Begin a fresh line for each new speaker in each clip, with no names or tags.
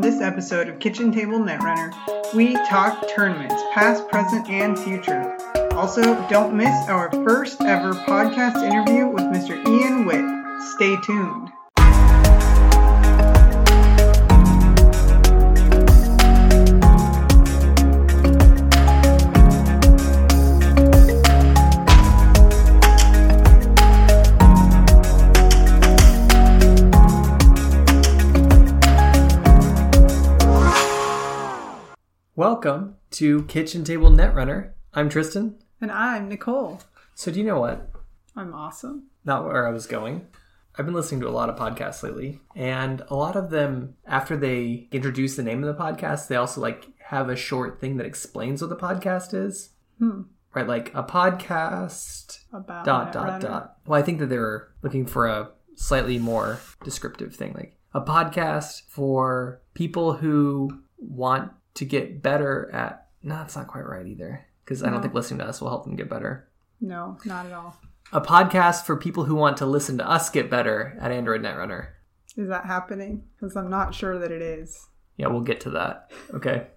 this episode of Kitchen Table Netrunner, we talk tournaments, past, present, and future. Also, don't miss our first ever podcast interview with Mr. Ian Witt. Stay tuned.
Welcome to Kitchen Table Netrunner. I'm Tristan.
And I'm Nicole.
So, do you know what?
I'm awesome.
Not where I was going. I've been listening to a lot of podcasts lately, and a lot of them, after they introduce the name of the podcast, they also like have a short thing that explains what the podcast is.
Hmm.
Right, like a podcast
About
dot
Netrunner.
dot dot. Well, I think that they're looking for a slightly more descriptive thing, like a podcast for people who want to get better at. No, that's not quite right either, because I
No.
don't think listening to us will help them get better.
No, not at all.
A podcast for people who want to listen to us get better at Android Netrunner.
Is that happening? Because I'm not sure that it is.
Yeah, we'll get to that. Okay.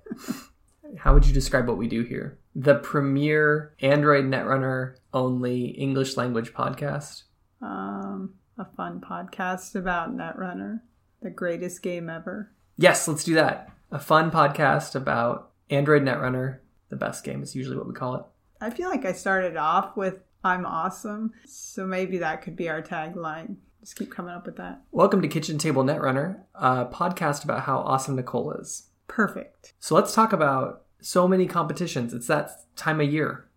How would you describe what we do here? The premier Android Netrunner only English language podcast.
Um, a fun podcast about Netrunner, the greatest game ever.
Yes, let's do that. A fun podcast about Android Netrunner, the best game is usually what we call it.
I feel like I started off with I'm awesome, so maybe that could be our tagline. Just keep coming up with that.
Welcome to Kitchen Table Netrunner, a podcast about how awesome Nicole is.
Perfect.
So let's talk about so many competitions. It's that time of year.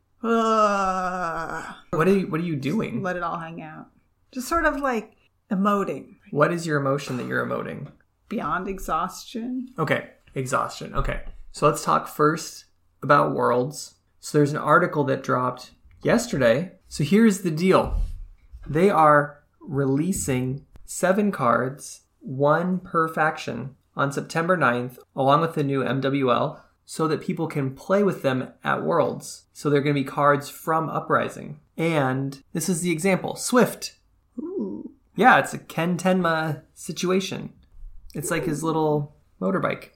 Ugh.
What are you, what are you doing?
Let it all hang out. Just sort of like emoting
What is your emotion that you're emoting?
beyond exhaustion.
Okay, exhaustion. Okay, so let's talk first about worlds. So there's an article that dropped yesterday. So here's the deal they are releasing seven cards, one per faction, on September 9th, along with the new MWL, so that people can play with them at worlds. So they're going to be cards from Uprising. And this is the example Swift.
Ooh.
Yeah, it's a Ken Tenma situation. It's like his little motorbike.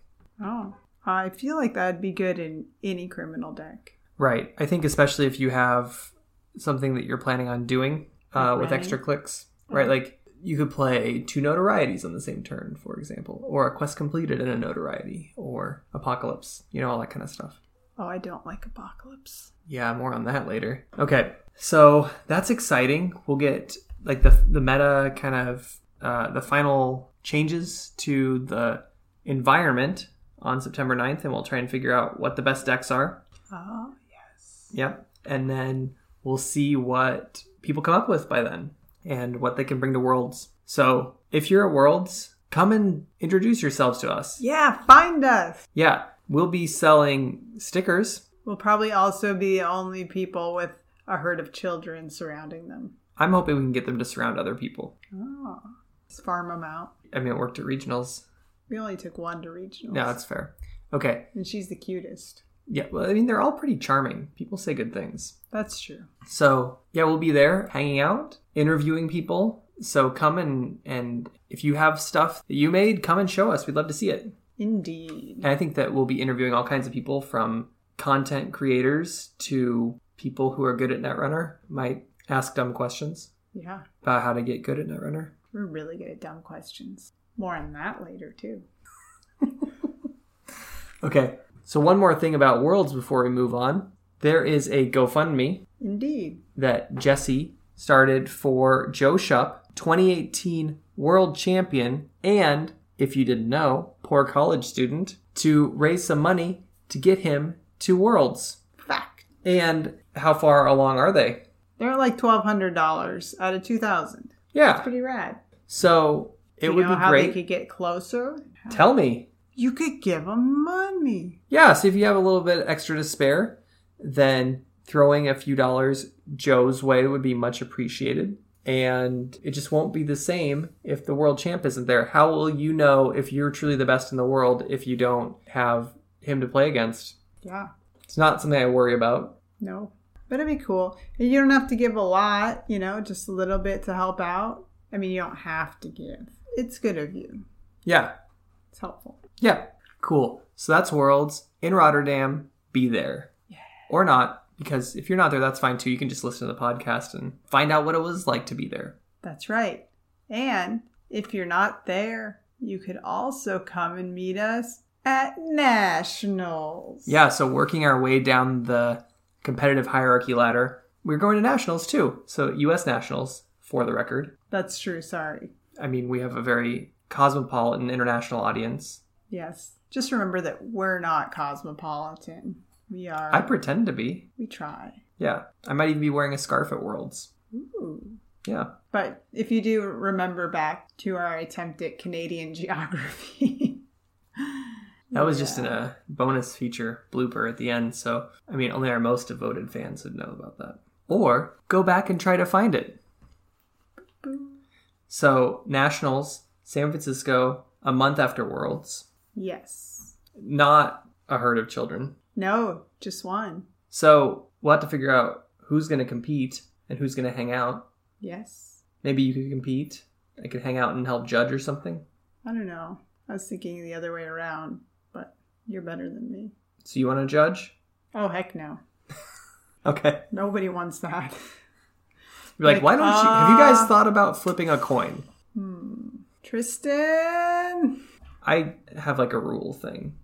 Oh. I feel like that'd be good in any criminal deck.
Right. I think especially if you have something that you're planning on doing
Like
uh, with
running.
extra clicks, right? Like you could play two notorieties on the same turn, for example, or a quest completed and a notoriety, or apocalypse, you know, all that kind of stuff.
Oh, I don't like apocalypse.
Yeah, more on that later. Okay, so that's exciting. We'll get like the the meta kind of uh, the final changes to the environment on September 9th, and we'll try and figure out what the best decks are.
Oh, yes.
Yep. And then we'll see what people come up with by then and what they can bring to Worlds. So if you're at Worlds, come and introduce yourselves to us.
Yeah, find us.
Yeah. We'll be selling stickers.
We'll probably also be the only people with a herd of children surrounding them.
I'm hoping we can get them to surround other people.
Oh. Just farm them out.
I mean, it worked at regionals.
We only took one to regionals.
No, that's fair. Okay.
and she's the cutest.
Yeah. Well, I mean, they're all pretty charming. People say good things.
That's true.
So yeah, we'll be there hanging out, interviewing people. So come and and if you have stuff that you made, come and show us. We'd love to see it.
Indeed.
And I think that we'll be interviewing all kinds of people from content creators to people who are good at Netrunner, might ask dumb questions
Yeah.
about how to get good at Netrunner.
We're really good at dumb questions. More on that later, too.
Okay, so one more thing about Worlds before we move on. There is a GoFundMe
Indeed.
that Jesse started for Joe Shupp, 2018 world champion, and if you didn't know, poor college student, to raise some money to get him to Worlds.
Fact.
And how far along are they?
They're like $1,200 out of 2000
Yeah.
Pretty rad.
So it
Do you
would
know
be
how
great.
they could get closer?
Tell me.
You could give them money.
Yeah, so if you have a little bit extra to spare, then throwing a few dollars Joe's way would be much appreciated. And it just won't be the same if the world champ isn't there. How will you know if you're truly the best in the world if you don't have him to play against?
Yeah.
It's not something I worry about.
No. But it'd be cool. And you don't have to give a lot, you know, just a little bit to help out. I mean, you don't have to give. It's good of you.
Yeah.
It's helpful.
Yeah. Cool. So that's Worlds in Rotterdam. Be there.
Yeah.
Or not, because if you're not there, that's fine too. You can just listen to the podcast and find out what it was like to be there.
That's right. And if you're not there, you could also come and meet us at Nationals.
Yeah, so working our way down the competitive hierarchy ladder, we're going to nationals too. So US nationals, for the record.
That's true. Sorry.
I mean, we have a very cosmopolitan international audience.
Yes. Just remember that we're not cosmopolitan. We are.
I pretend to be.
we try.
Yeah. I might even be wearing a scarf at Worlds.
Ooh.
Yeah.
But if you do remember back to our attempt at Canadian geography,
That was just
Yeah.
in a bonus feature blooper at the end. So, I mean, only our most devoted fans would know about that. Or go back and try to find it. So, Nationals, San Francisco, a month after Worlds,
yes.
not a herd of children.
No, just one.
So, we'll have to figure out who's going to compete and who's going to hang out.
Yes.
Maybe you could compete. I could hang out and help judge or something.
I don't know. I was thinking the other way around, but you're better than me.
So, you want to judge?
Oh, heck no.
Okay.
Nobody wants that.
You're
Like,
like, why don't you? Have you guys
uh,
thought about flipping a coin?
Hmm. Tristan!
I have like a rule thing.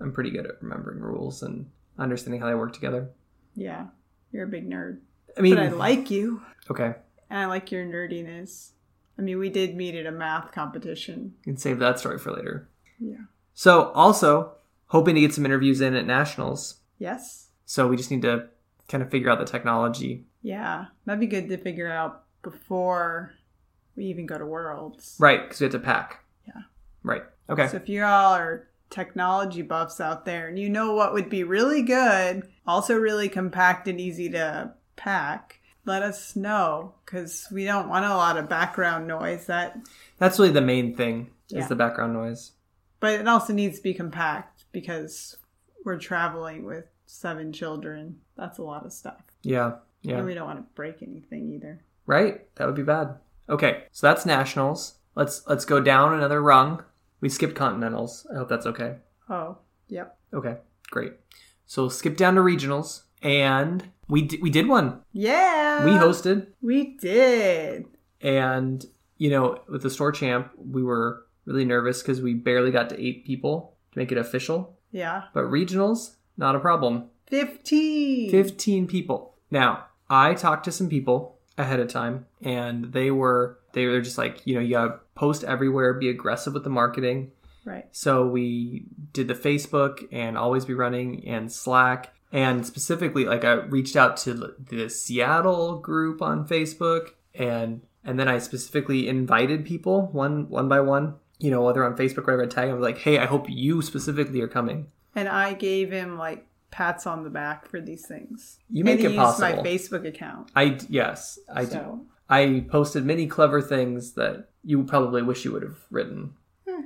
I'm pretty good at remembering rules and understanding how they work together.
Yeah, you're a big nerd.
I mean,
But I like you,
okay,
and I like your nerdiness. I mean, we did meet at a math competition.
you can save that story for later.
Yeah.
So, also hoping to get some interviews in at nationals.
Yes?
So we just need to kind of figure out the technology,
Yeah, that'd be good to figure out before we even go to Worlds.
right? Because we have to pack.
Yeah.
Right. Okay.
So if you all are technology buffs out there and you know what would be really good, also really compact and easy to pack, let us know because we don't want a lot of background noise. That,
That's really the main thing
Yeah.
is the background noise.
but it also needs to be compact because we're traveling with seven children. That's a lot of stuff,
Yeah. Yeah.
and we don't want to break anything either.
Right? That would be bad. Okay, so that's nationals. Let's let's go down another rung. We skipped continentals. I hope that's okay.
Oh, yep,
Okay, great. So we'll skip down to regionals, and we d- we did one.
yeah,
We hosted,
we did.
and you know, with the store champ, we were really nervous because we barely got to eight people to make it official.
Yeah.
But regionals, not a problem.
15.
15 people. Now, I talked to some people ahead of time and they were they were just like, you know, you gotta post everywhere, be aggressive with the marketing.
Right.
So we did the Facebook and always be running and Slack and specifically like I reached out to the Seattle group on Facebook and and then I specifically invited people one one by one, you know, whether on Facebook or whatever I tag them like, hey, I hope you specifically are coming.
And I gave him like pats on the back for these things.
You
and
make
he
it
used
possible.
my Facebook account.
I d- yes, I do.
so
I posted many clever things that you probably wish you would have written. Hmm.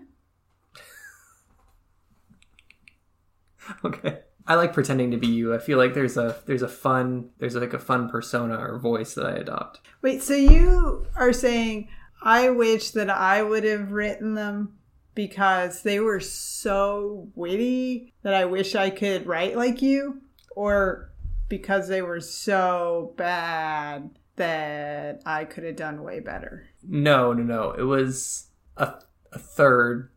okay. I like pretending to be you. I feel like there's a there's a fun there's like a fun persona or voice that I adopt.
wait, so you are saying I wish that I would have written them because they were so witty that I wish I could write like you, or because they were so bad that I could have done way better.
No, no, no. It was a, a third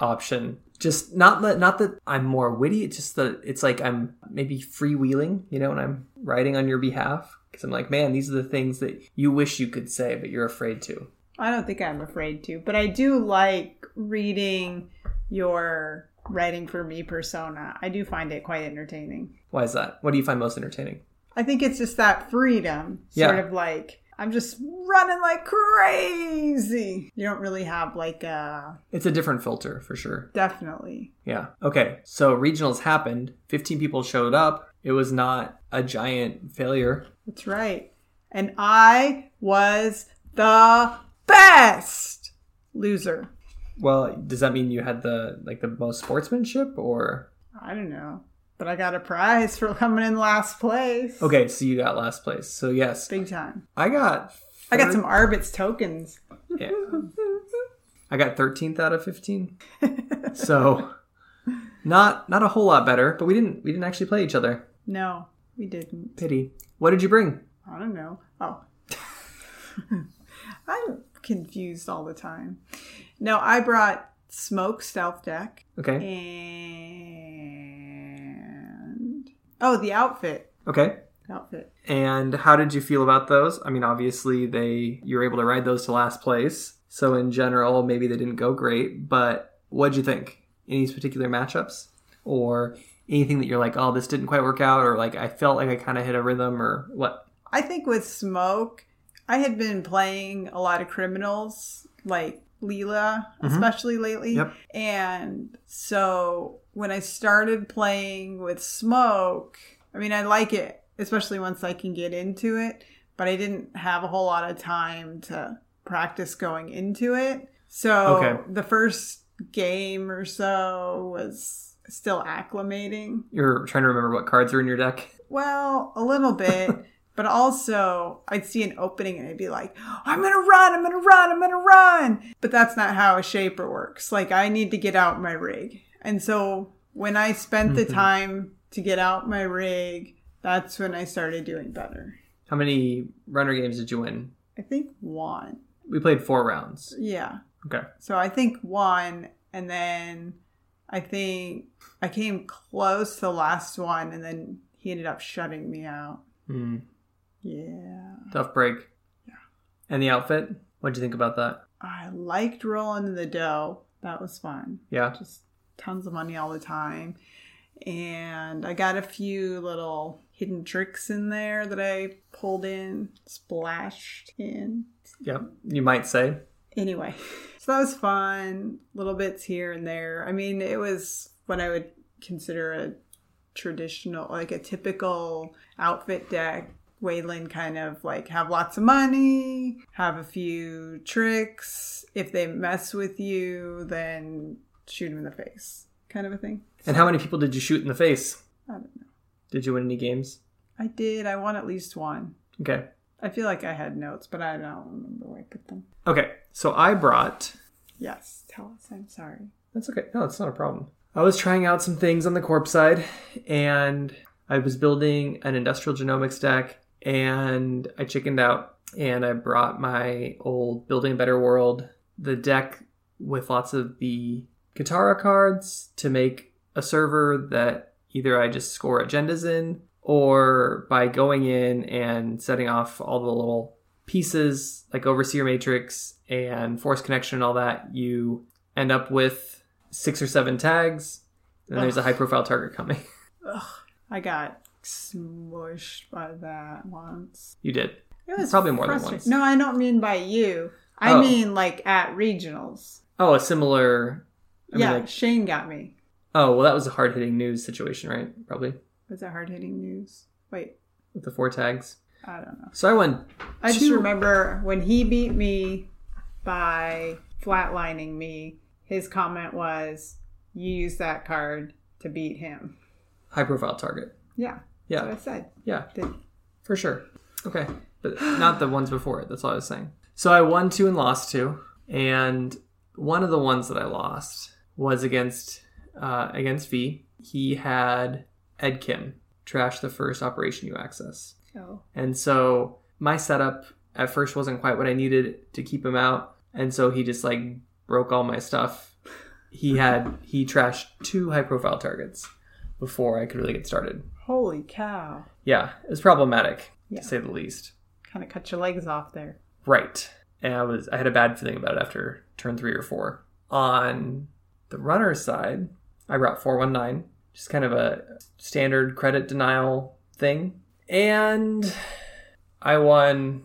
option. Just not that not that I'm more witty. It's just that it's like I'm maybe freewheeling, you know, and I'm writing on your behalf because I'm like, man, these are the things that you wish you could say but you're afraid to.
I don't think I'm afraid to, but I do like reading your writing for me persona. I do find it quite entertaining.
Why is that? What do you find most entertaining?
I think it's just that freedom, sort
Yeah.
of like I'm just running like crazy. You don't really have like a
It's a different filter for sure.
definitely.
Yeah. Okay. So regionals happened. 15 people showed up. It was not a giant failure.
That's right. And I was the best loser.
Well, does that mean you had the like the most sportsmanship or
I don't know, but I got a prize for coming in last place.
Okay, so you got last place. So yes.
Big time.
I got
I got some Arbitz tokens.
Yeah. I got 13th out of 15. so not not a whole lot better, but we didn't we didn't actually play each other.
No, we didn't.
Pity. What did you bring?
I don't know. Oh. I'm confused all the time. No, I brought Smoke Stealth Deck
Okay.
and. Oh, the outfit.
Okay.
Outfit.
And how did you feel about those? I mean, obviously they you were able to ride those to last place. So in general, maybe they didn't go great, but what'd you think? Any particular matchups or anything that you're like, "Oh, this didn't quite work out," or like, "I felt like I kind of hit a rhythm," or what?
I think with Smoke, I had been playing a lot of criminals, like Leela,
Mhm.
especially lately.
Yep.
And so when I started playing with Smoke, I mean, I like it, especially once I can get into it, but I didn't have a whole lot of time to practice going into it. So
Okay.
the first game or so was still acclimating.
You're trying to remember what cards are in your deck.
Well, a little bit, but also I'd see an opening and I'd be like, I'm gonna run, I'm gonna run, I'm gonna run. But that's not how a shaper works. Like, I need to get out my rig. And so when I spent the
Mhm.
time to get out my rig, that's when I started doing better.
How many runner games did you win?
I think one.
We played four rounds.
Yeah.
Okay.
So I think one, and then I think I came close to the last one, and then he ended up shutting me out.
Hmm.
Yeah.
Tough break.
Yeah.
And the outfit? What'd you think about that?
I liked rolling in the dough. That was fun.
Yeah.
Just tons of money all the time. And I got a few little hidden tricks in there that I pulled in, splashed in.
Yep. You might say.
Anyway, so that was fun. Little bits here and there. I mean, it was what I would consider a traditional, like a typical outfit deck. Wayland kind of like have lots of money, have a few tricks. If they mess with you, then shoot them in the face, kind of a thing.
And how many people did you shoot in the face?
I don't know.
Did you win any games?
I did. I won at least one.
Okay.
I feel like I had notes, but I don't remember where I put them.
Okay. So I brought.
Yes, tell us. I'm sorry.
That's okay. No, it's not a problem. I was trying out some things on the corpse side, and I was building an industrial genomics deck, and I chickened out, and I brought my old Building a Better World, the deck with lots of the Katara cards to make a server that either I just score agendas in, or by going in and setting off all the little pieces like Overseer Matrix and Force Connection and all that, you end up with six or seven tags, and there's a
Ugh.
high profile target coming.
Ugh, I got smushed by that once.
you did.
It was
Probably more than
frustrating.
once.
No, I don't mean by you. I
Oh.
mean like at regionals.
Oh, a similar. I mean,
yeah,
like-
Shane got me.
oh, well, that was a hard hitting news situation, right? Probably
Was that hard hitting news? Wait,
with the four tags.
I don't know.
So I won.
I just
Two-
remember when he beat me by flatlining me. His comment was, "You use that card to beat him."
High profile target.
Yeah, that's
Yeah,
what I said.
yeah,
Did-
for sure. Okay, but not the ones before it. That's all I was saying. So I won two and lost two, and one of the ones that I lost was against uh, against V. He had Ed Kim trash the first operation you access.
Oh,
And so my setup at first wasn't quite what I needed to keep him out. And so he just like broke all my stuff. He had he trashed two high profile targets before I could really get started.
holy cow!
Yeah, it was problematic
Yeah.
to say the least.
Kind of cut your legs off there.
Right. And I was I had a bad feeling about it after turn 3 or 4. On the runner's side, I brought 419, just kind of a standard credit denial thing. And I won,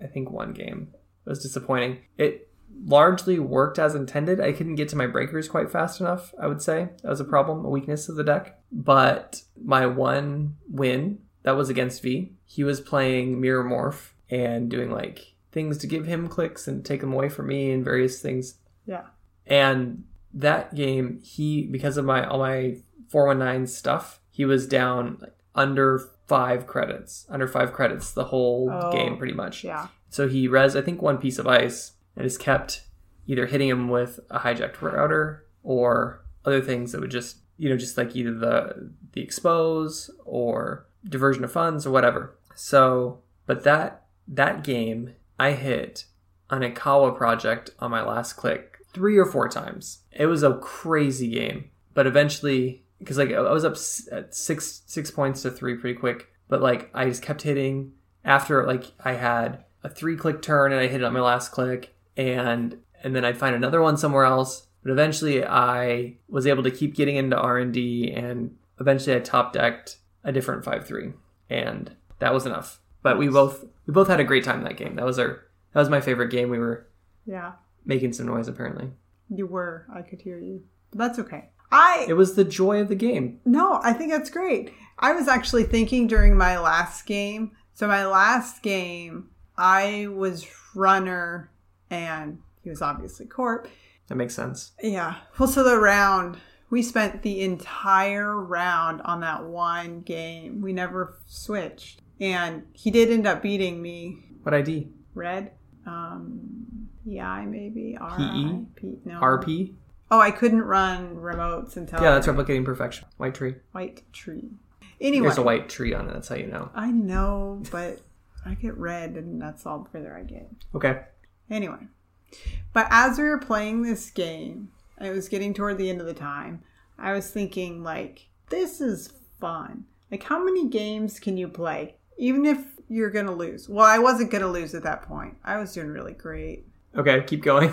I think, one game. It was disappointing. It largely worked as intended. I couldn't get to my breakers quite fast enough, I would say. That was a problem, a weakness of the deck. But my one win, that was against V. He was playing Mirror Morph and doing like things to give him clicks and take them away from me and various things.
Yeah.
And that game, he because of my all my 419 stuff, he was down like under five credits, under five credits the whole
Oh.
game pretty much.
Yeah.
So he res, I think, one piece of ice and just kept either hitting him with a hijacked router or other things that would just you know just like either the the expose or diversion of funds or whatever. So, but that that game I hit an Ikawa project on my last click three or four times. It was a crazy game, but eventually because like I was up s- at six six points to three pretty quick, but like I just kept hitting after like I had a three click turn and I hit it on my last click and and then I'd find another one somewhere else. But eventually I was able to keep getting into R and D and eventually I top decked a different five three and that was enough. But we both we both had a great time that game. That was our that was my favorite game. We were
Yeah,
making some noise apparently.
you were. I could hear you. But that's okay. I
It was the joy of the game.
No, I think that's great. I was actually thinking during my last game. So my last game, I was runner and he was obviously corp.
That makes sense.
Yeah. Well, so the round, we spent the entire round on that one game. We never switched. And he did end up beating me
What ID?
red. Um EI maybe R I
PE?
P E? no
RP?
Oh, I couldn't run remotes until
Yeah, that's replicating perfection. White tree.
white tree. Anyway,
There's a white tree on it. That's how you know.
I know, but I get red, and that's all the further I get.
Okay.
Anyway, but as we were playing this game, and it was getting toward the end of the time. I was thinking, like, this is fun. Like, how many games can you play, even if you're gonna lose? Well, I wasn't gonna lose at that point. I was doing really great.
Okay, keep going.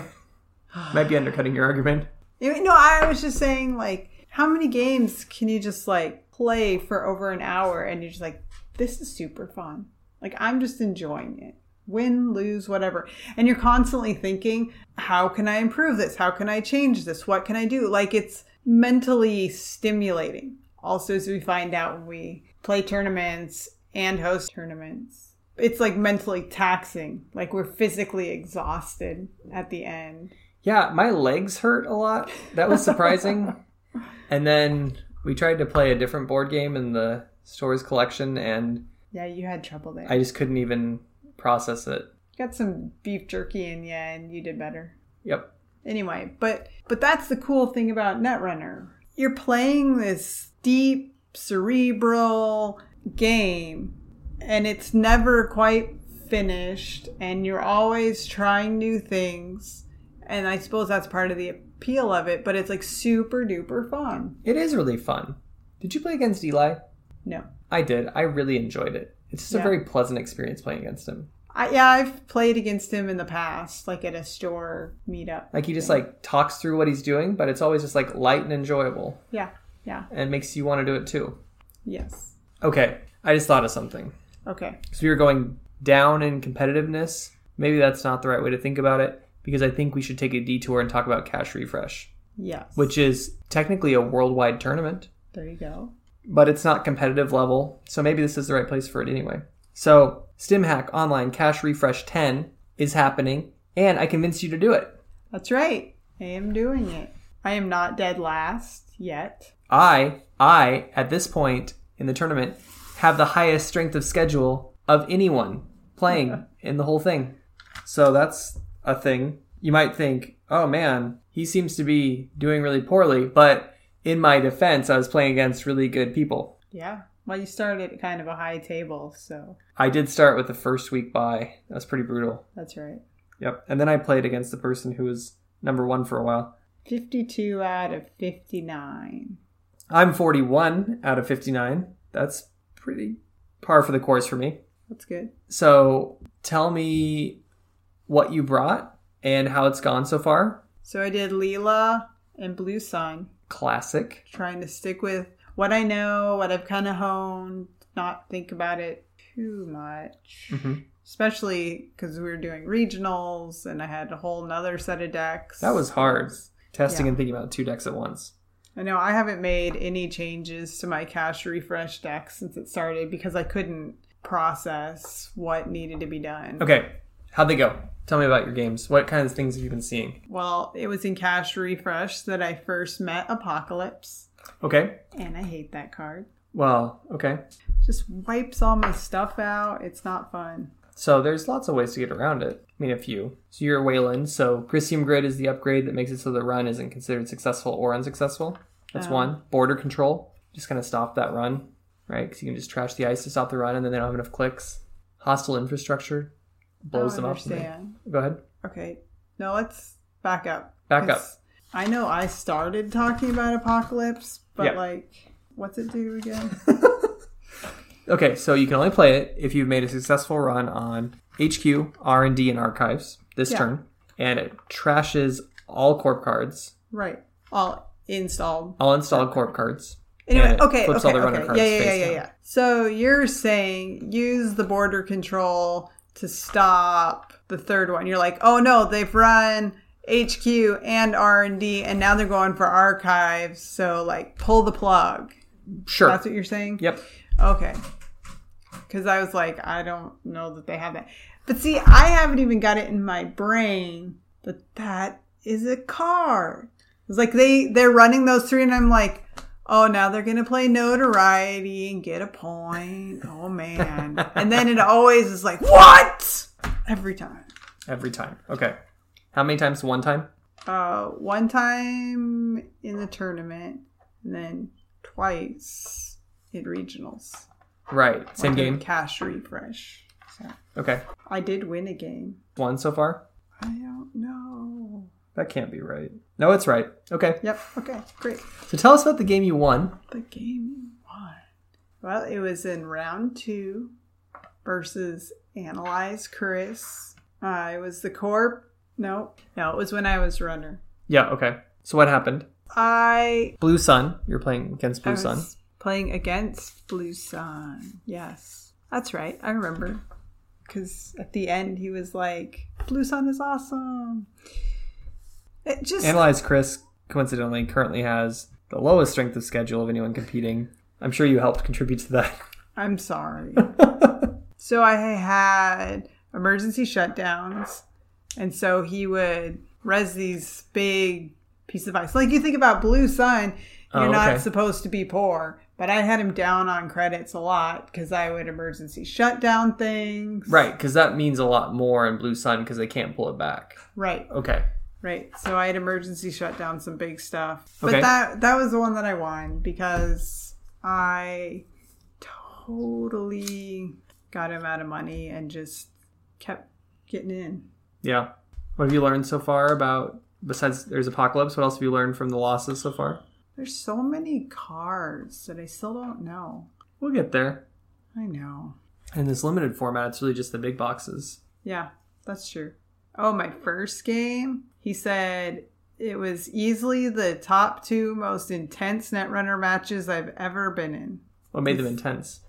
Might be undercutting your argument.
I mean, No, I was just saying, like, how many games can you just like play for over an hour and you're just like, this is super fun. Like, I'm just enjoying it. Win, lose, whatever. And you're constantly thinking, how can I improve this? How can I change this? What can I do? Like, it's mentally stimulating. Also, as we find out when we play tournaments and host tournaments, it's like mentally taxing. Like, we're physically exhausted at the end.
Yeah, my legs hurt a lot. That was surprising. and then we tried to play a different board game in the store's collection, and
Yeah, you had trouble there.
I just couldn't even process it.
got some beef jerky in you and you did better
Yep.
anyway but but that's the cool thing about netrunner you're playing this deep cerebral game and it's never quite finished and you're always trying new things and i suppose that's part of the appeal of it but it's like super duper fun
It is really fun. Did you play against Eli?
no
I did. I really enjoyed it. It's just
Yeah.
a very pleasant experience playing against him.
I, yeah i've played against him in the past like at a store meetup
Like he just like talks through what he's doing, but it's always just like light and enjoyable
yeah yeah
and makes you want to do it too.
yes
Okay, I just thought of something.
okay
So you're going down in competitiveness. Maybe that's not the right way to think about it because I think we should take a detour and talk about Cash Refresh,
yes
which is technically a worldwide tournament,
There you go.
but it's not competitive level. So maybe this is the right place for it anyway. So StimHack Online Cash Refresh 10 is happening, and I convinced you to do it.
That's right. I am doing it. I am not dead last yet.
I, I, at this point in the tournament, have the highest strength of schedule of anyone playing in the whole thing. So that's a thing. You might think, oh man, he seems to be doing really poorly, but in my defense, I was playing against really good people.
Yeah. Well, you started at kind of a high table, so
I did start with the first week bye. That was pretty brutal.
that's right.
Yep. And then I played against the person who was number one for a while.
52 out of 59.
I'm 41 out of 59. That's pretty par for the course for me.
That's good.
So tell me what you brought and how it's gone so far.
So I did Leela and Blue Sun,
Classic.
trying to stick with what I know, what I've kind of honed, not think about it too much.
Mhm.
Especially because we were doing regionals and I had a whole nother set of decks.
That was hard. Testing
Yeah.
and thinking about two decks at once.
I know I haven't made any changes to my cash refresh deck since it started because I couldn't process what needed to be done.
Okay, how'd they go? Tell me about your games. What kinds of things have you been seeing?
Well, it was in cash refresh that I first met Apocalypse,
Okay.
and I hate that card.
Well, okay.
Just wipes all my stuff out. It's not fun.
So there's lots of ways to get around it. I mean, a few. So you're Wayland. So Grisium Grid is the upgrade that makes it so the run isn't considered successful or unsuccessful. That's
Oh.
one. Border control, just kind of stop that run, right? Because you can just trash the ice to stop the run, and then they don't have enough clicks. Hostile infrastructure blows
I
them
don't
up.
Oh, understand.
Go ahead.
Okay. No, let's back up.
Back up.
'Cause I know I started talking about apocalypse, but
Yeah.
like, what's it do again?
Okay, so you can only play it if you've made a successful run on HQ, R and D, and Archives this
Yeah.
turn, and it trashes all corp cards,
right. All installed.
all installed corp cards.
Anyway,
and it
okay,
flips
okay,
all the runner
okay.
cards
yeah, yeah,
face
yeah, yeah,
down.
yeah. So you're saying use the border control to stop the third one. You're like, oh no, they've run HQ and R and D, and now they're going for archives. So like, pull the plug.
Sure.
That's what you're saying.
yep.
Okay. Because I was like, I don't know that they have that. But see, I haven't even got it in my brain that that is a card. It's like they they're running those three, and I'm like, oh, now they're gonna play notoriety and get a point. Oh man! and then it always is like, what? Every time.
Every time. Okay. How many times? One time.
Uh, one time in the tournament, and then twice in regionals.
Right. Same
Like a
game.
Cash refresh. So.
Okay.
I did win a game.
One so far.
I don't know.
That can't be right. No, it's right. Okay.
Yep. Okay. Great.
So tell us about the game you won.
The game you won. Well, it was in round two versus Analyze Chris. Uh, it was the Corp. No, no, it was when I was runner.
Yeah. Okay. So what happened?
I
Blue Sun. You're playing against Blue
I
Sun.
was playing against Blue Sun. Yes, that's right. I remember because at the end he was like, "Blue Sun is awesome." It just
Analyze Chris coincidentally currently has the lowest strength of schedule of anyone competing. I'm sure you helped contribute to that.
I'm sorry. so I had emergency shutdowns, and so he would res these big piece of ice. Like you think about Blue Sun, you're
Oh, okay.
not supposed to be poor, but I had him down on credits a lot because I would emergency shutdown things.
right, because that means a lot more in Blue Sun because they can't pull it back.
right,
Okay.
right. So I had emergency shutdown some big stuff, but
Okay.
that that was the one that I won because I totally got him out of money and just kept getting in.
Yeah. What have you learned so far about, besides there's Apocalypse, what else have you learned from the losses so far?
There's so many cards that I still don't know.
We'll get there.
I know.
In this limited format, it's really just the big boxes.
Yeah, that's true. Oh, my first game, he said it was easily the top two most intense netrunner matches I've ever been in.
What made them intense?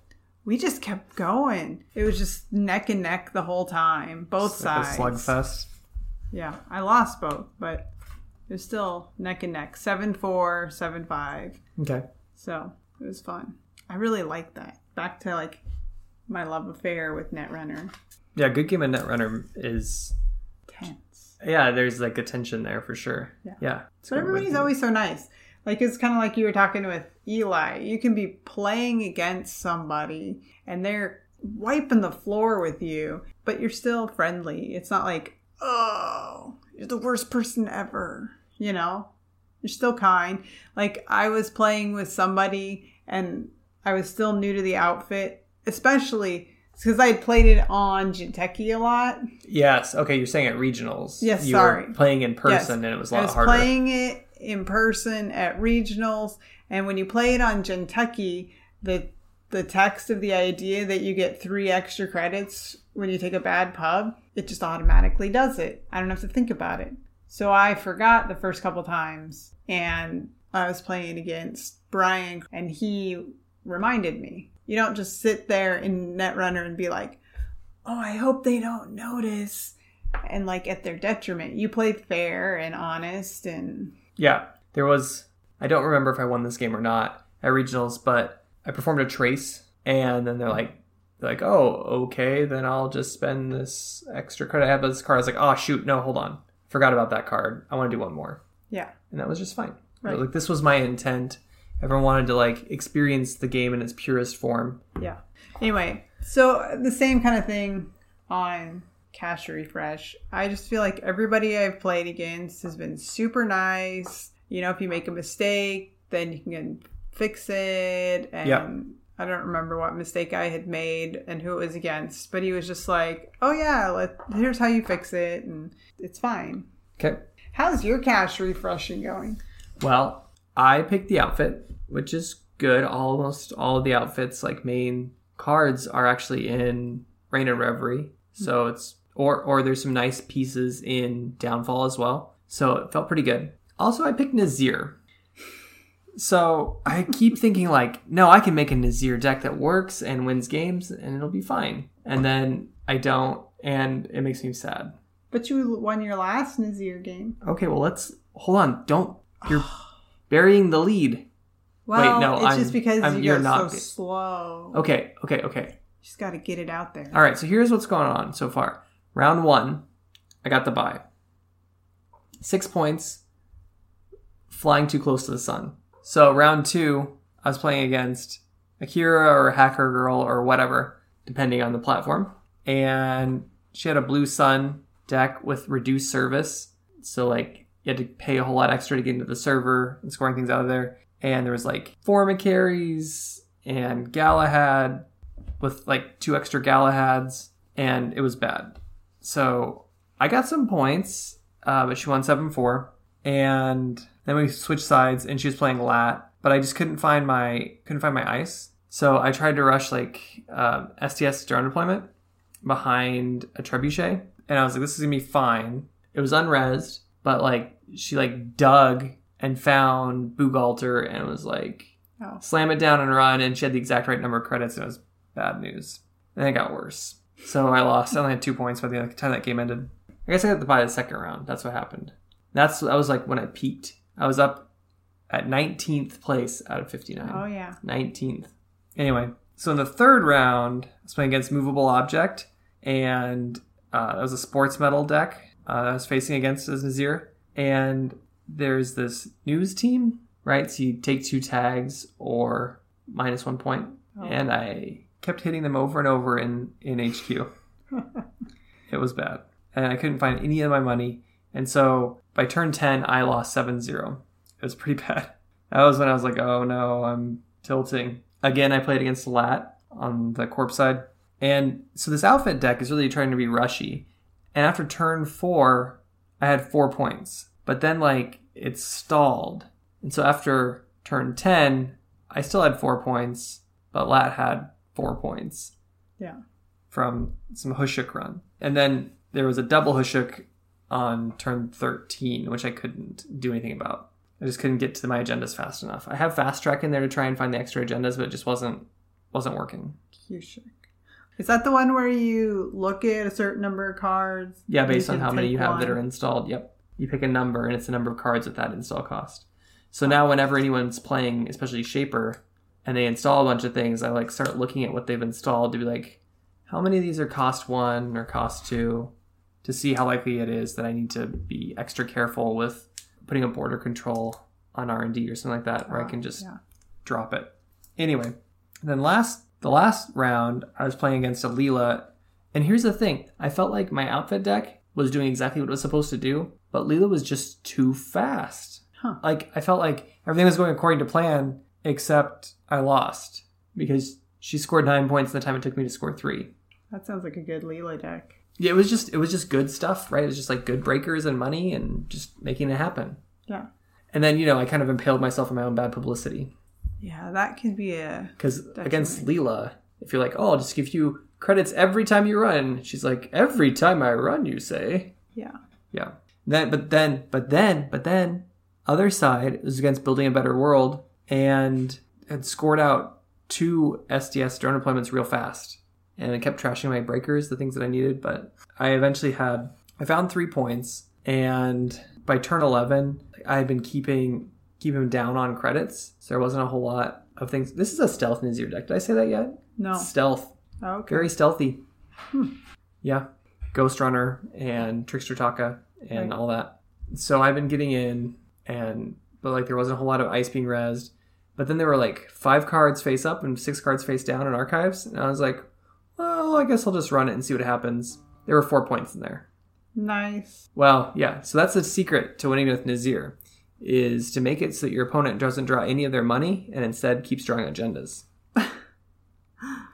We just kept going. It was just neck and neck the whole time, both
Like a
sides.
slugfest.
Yeah, I lost both, but it was still neck and neck. Seven four, seven five.
Okay.
So it was fun. I really like that. Back to like my love affair with Netrunner.
Yeah, good game of Netrunner is,
Tense.
yeah, there's like a tension there for sure.
Yeah.
Yeah. It's
But
a good way
everybody's
to-
always so nice. Like it's kind of like you were talking with Eli. You can be playing against somebody and they're wiping the floor with you, but you're still friendly. It's not like, oh, you're the worst person ever. You know, you're still kind. Like I was playing with somebody and I was still new to the outfit, especially because I had played it on Jinteki a lot.
Yes. Okay, you're saying at regionals.
Yes,
you Were
sorry.
playing in
Yes.
person, and it was a lot
I was
harder.
playing it in person at regionals, and when you play it on Gentucky, the the text of the idea that you get three extra credits when you take a bad pub, it just automatically does it. I don't have to think about it. So I forgot the first couple times, and I was playing against Brian, and he reminded me. You don't just sit there in Netrunner and be like, oh, I hope they don't notice and like at their detriment. You play fair and honest and
Yeah, there was. I don't remember if I won this game or not at regionals, but I performed a trace, and then they're like, they're like, oh, okay, then I'll just spend this extra credit. I have this card. I was like, oh shoot, no, hold on, forgot about that card. I want to do one more,
yeah,
and that was just fine.
Right.
Like this was my intent. Everyone wanted to like experience the game in its purest form.
yeah. Anyway, so the same kind of thing on Cash Refresh. I just feel like everybody I've played against has been super nice. You know, if you make a mistake, then you can fix it. And
Yep.
I don't remember what mistake I had made and who it was against, but he was just like, "Oh yeah, let here's how you fix it, and it's fine."
Okay.
How's your cash refreshing going?
Well, I picked the outfit, which is good. Almost all of the outfits, like main cards, are actually in Rain and Reverie. So it's or or there's some nice pieces in Downfall as well. So it felt pretty good. Also, I picked Nazir. So I keep thinking like, no, I can make a Nazir deck that works and wins games, and it'll be fine. And then I don't, and it makes me sad.
But you won your last Nazir game.
Okay, well let's hold on. Don't you're burying the lead.
Well,
no,
it's
I'm-
just because
I'm-
you
you're
got
not-
so slow.
Okay, okay, okay.
You just got to get it out there.
All right, so here's what's going on so far. Round one, I got the buy. Six points, flying too close to the sun. So round two, I was playing against Akira or Hacker Girl or whatever, depending on the platform. And she had a blue sun deck with reduced service. So, like, you had to pay a whole lot extra to get into the server and scoring things out of there. And there was like Formicaries and Galahad with like two extra Galahads, and it was bad. So I got some points, uh, but she won 7 4. And then we switched sides, and she was playing Lat, but I just couldn't find my couldn't find my ice. So I tried to rush like um, STS drone deployment behind a trebuchet, and I was like, "This is gonna be fine." It was unresed, but like she like dug and found Bugalter, and was like,
Oh.
"Slam it down and run." And she had the exact right number of credits, and it was bad news. And it got worse. So I lost. I only had two points by the time that game ended. I guess I got to buy the second round. That's what happened. That's that was like when I peaked. I was up at 19th place out of 59.
Oh yeah.
19th. Anyway, so in the third round, I was playing against Movable Object, and uh, that was a sports metal deck uh, that I was facing against as Nazir. And there's this news team, right? So you take two tags or minus one point.
Oh.
And I kept hitting them over and over in, in HQ. it was bad. And I couldn't find any of my money. And so by turn 10, I lost 7 0. It was pretty bad. That was when I was like, oh no, I'm tilting. Again, I played against Lat on the corp side. And so this outfit deck is really trying to be rushy. And after turn four, I had four points. But then, like, it stalled. And so after turn 10, I still had four points, but Lat had four points
Yeah.
from some Hushuk run. And then there was a double Hushuk on turn 13, which I couldn't do anything about. I just couldn't get to my agendas fast enough. I have fast track in there to try and find the extra agendas, but it just wasn't wasn't working.
Cushik. Is that the one where you look at a certain number of cards?
Yeah,
and
based on
can
how many
take
you have
one?
that are installed. Yep. You pick a number and it's the number of cards with that install cost. So now whenever anyone's playing, especially Shaper, and they install a bunch of things, I like start looking at what they've installed to be like, how many of these are cost one or cost two? To see how likely it is that I need to be extra careful with putting a border control on R and D or something like that,
Ah,
where I can just
Oh, yeah.
drop it. Anyway, then last the last round I was playing against a Leela, and here's the thing: I felt like my outfit deck was doing exactly what it was supposed to do, but Leela was just too fast.
Huh.
Like I felt like everything was going according to plan, except I lost because she scored nine points in the time it took me to score three.
That sounds like a good Leela deck.
Yeah, it was just it was just good stuff, right? It was just like good breakers and money and just making it happen.
Yeah.
And then you know I kind of impaled myself on my own bad publicity.
Yeah, that could be a.
Because against Leela, if you're like, oh, I'll just give you credits every time you run, she's like, every time I run, you say.
Yeah.
Yeah. Then, but then, but then, but then, other side is against Building a Better World and had scored out two SDS drone deployments real fast. And I kept trashing my breakers, the things that I needed, but I eventually had, I found three points. And by turn 11, I had been keeping, keeping down on credits. So there wasn't a whole lot of things. This is a stealth Nazir deck. Did I say that yet?
No.
Stealth.
Okay.
Very stealthy. Yeah. Ghost Runner and Trickster Taka and
Right.
all that. So I've been getting in and but like there wasn't a whole lot of ice being rezzed. But then there were like five cards face up and six cards face down in archives. And I was like, well, oh, I guess I'll just run it and see what happens. There were four points in there.
Nice.
Well, yeah. So that's the secret to winning with Nazir, is to make it so that your opponent doesn't draw any of their money and instead keeps drawing agendas.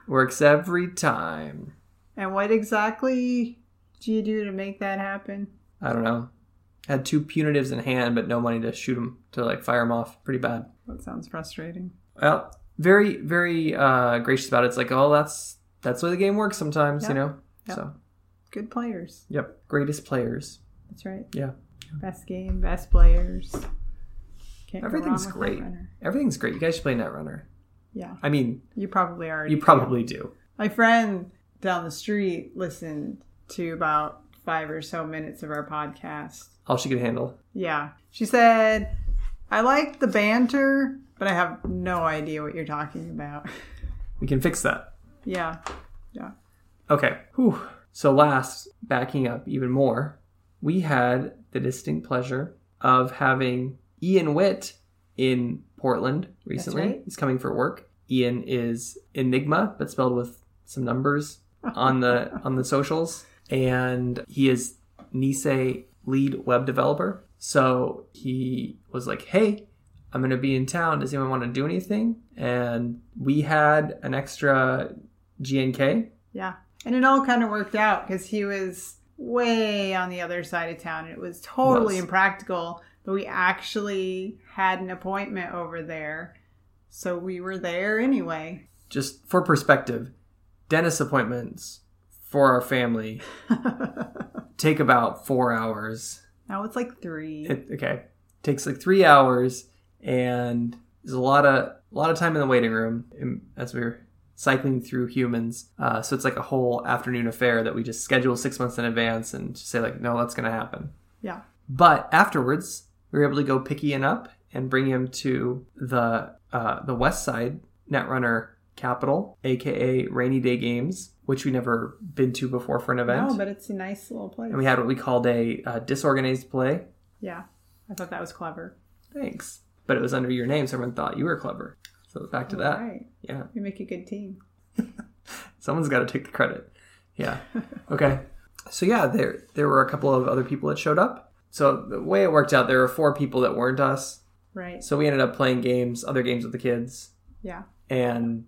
Works every time.
And what exactly do you do to make that happen?
I don't know. Had two punitives in hand, but no money to shoot them to like fire them off. Pretty bad.
That sounds frustrating.
Well, very, very uh, gracious about it. It's like, oh, that's that's the way the game works sometimes, you
Yeah.
know.
Yeah.
So,
Good players.
yep, greatest players.
That's right.
Yeah,
Best game, best players. Can't go
everything's
wrong with
great.
Netrunner.
Everything's great. You guys should play Netrunner.
Yeah.
I mean,
You probably already.
you
do.
probably do.
My friend down the street listened to about five or so minutes of our podcast.
All she could handle.
Yeah. She said, I like the banter, but I have no idea what you're talking about.
We can fix that.
yeah.
Okay. Whew. So last, backing up even more, we had the distinct pleasure of having Ian Witt in Portland recently.
right.
He's coming for work. Ian is Enigma, but spelled with some numbers on the on the socials, and he is Nisei lead web developer. So he was like, "Hey, I'm going to be in town. Does anyone want to do anything?" And we had an extra GNK
Yeah. And it all kind of worked out because he was way on the other side of town. It was totally
Was.
impractical, but we actually had an appointment over there. So we were there anyway.
just for perspective, dentist appointments for our family take about four hours.
Now it's like three.
It, okay, takes like three hours, and there's a lot of a lot of time in the waiting room in- as we're cycling through humans. Uh, so it's like a whole afternoon affair that we just schedule six months in advance and just say like, no, that's gonna happen.
yeah.
But afterwards, we were able to go pick Ian up and bring him to the uh, the West Side Netrunner Capital, aka Rainy Day Games, which we never been to before for an event.
No, but it's a nice little place.
and we had what we called a uh, disorganized play.
yeah. I thought that was clever.
Thanks, but it was under your name, so everyone thought you were clever. So back to
All
that.
right.
Yeah,
We make a good team.
someone's got to take the credit. Yeah. Okay. So yeah, there there were a couple of other people that showed up. So the way it worked out, there were four people that weren't us.
Right.
So we ended up playing games, other games with the kids,
Yeah.
and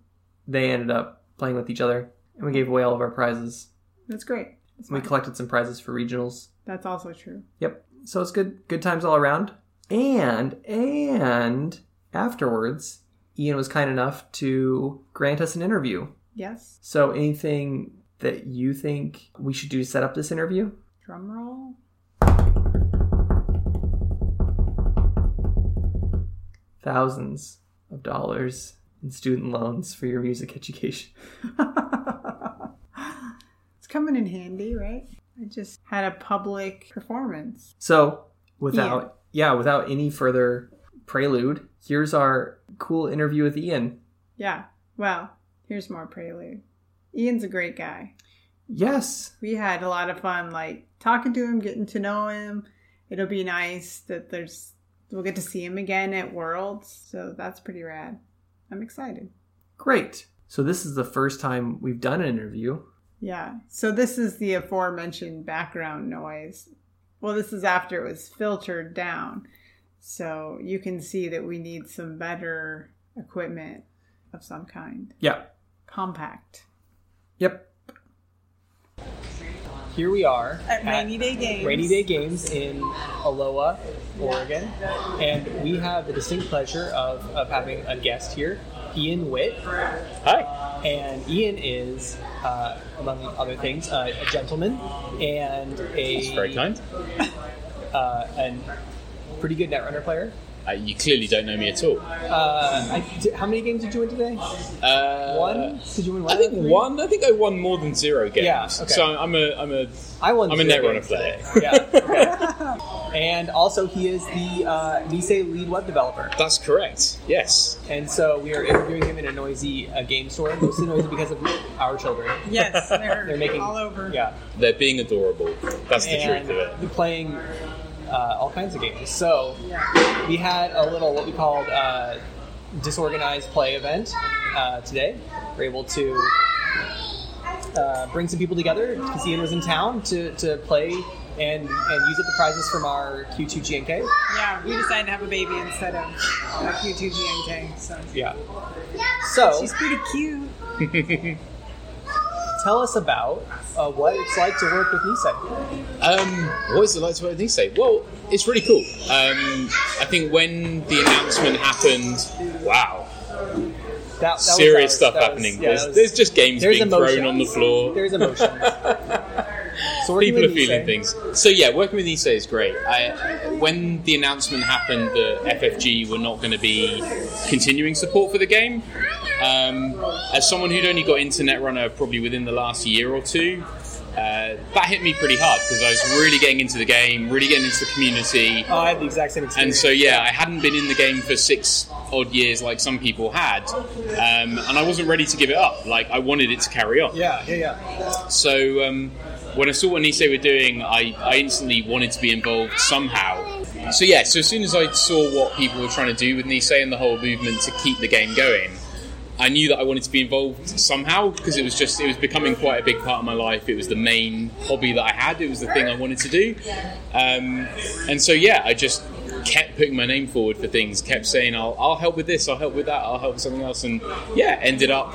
they ended up playing with each other. And we gave away all of our prizes.
That's great. That's,
And we
fine.
collected some prizes for regionals.
That's also true.
Yep. So it's good good times all around. And and afterwards, Ian was kind enough to grant us an interview.
Yes.
So anything that you think we should do to set up this interview?
Drum roll.
Thousands of dollars in student loans for your music education.
it's coming in handy, right? I just had a public performance.
So, without yeah, without any further prelude, here's our cool interview with Ian.
Yeah. Well, here's more prelude. Ian's a great guy.
Yes,
We had a lot of fun, like talking to him, getting to know him. It'll be nice that there's we'll get to see him again at Worlds, so that's pretty rad. I'm excited.
great. So this is the first time we've done an interview.
Yeah. So this is the aforementioned background noise. Well, this is after it was filtered down. So you can see that we need some better equipment of some kind.
Yeah.
Compact.
Yep. Here we are
At Rainy Day Games.
Rainy Day Games in Aloha, Oregon, and we have the distinct pleasure of, of having a guest here, Ian Witt.
Hi.
And Ian is, uh, among other things, uh, a gentleman and a
It's very kind.
Uh, and pretty good netrunner player.
Uh, you clearly don't know me at all.
Uh, I, d- how many games did you win today?
Uh,
One? Did you win one?
I think
out of three?
one. I think I won more than zero games.
Yeah, okay.
So I'm a I'm a
I won.
I'm a
zero
netrunner
games
player.
today. Yeah. okay. and also, he is the uh, Nisei lead web developer.
That's correct. Yes.
And so we are interviewing him in a noisy uh, game store, mostly noisy because of our children.
Yes, they're,
They're making
all over.
Yeah,
They're being adorable. That's the
and
truth of it.
they're playing uh, all kinds of games. So we had a little what we called uh, disorganized play event uh, today. We're able to
uh, bring some people together because Ian was in town to, to play and, and use up the prizes from our Q2 GNK.
Yeah, we decided to have a baby instead of a Q2GNK. So
Yeah. So
she's pretty cute.
tell us about uh, what it's like to work with Nisei.
Um, what is it like to work at Nisei? Well, it's really cool. Um, I think when the announcement happened, wow,
That, that was
serious
ours.
stuff
That was-
happening.
yeah,
there's,
that was-
there's just games
there's
being
emotion.
thrown on the floor.
There's emotion. so working
People are
with
feeling
Nisei-
things. So yeah, working with Nisei is great. I, when the announcement happened that FFG were not going to be continuing support for the game, um, as someone who'd only got into Netrunner probably within the last year or two, uh, that hit me pretty hard because I was really getting into the game, really getting into the community.
Oh, I had the exact same experience.
And so, yeah, I hadn't been in the game for six odd years like some people had, um, and I wasn't ready to give it up. Like, I wanted it to carry on.
yeah, yeah, yeah.
So, um, when I saw what Nisei were doing, I, I instantly wanted to be involved somehow. So, yeah, so as soon as I saw what people were trying to do with Nisei and the whole movement to keep the game going, I knew that I wanted to be involved somehow because it was just it was becoming quite a big part of my life. It was the main hobby that I had. It was the thing I wanted to do, um, and so yeah, I just kept putting my name forward for things. Kept saying I'll, I'll help with this, I'll help with that, I'll help with something else, and yeah, ended up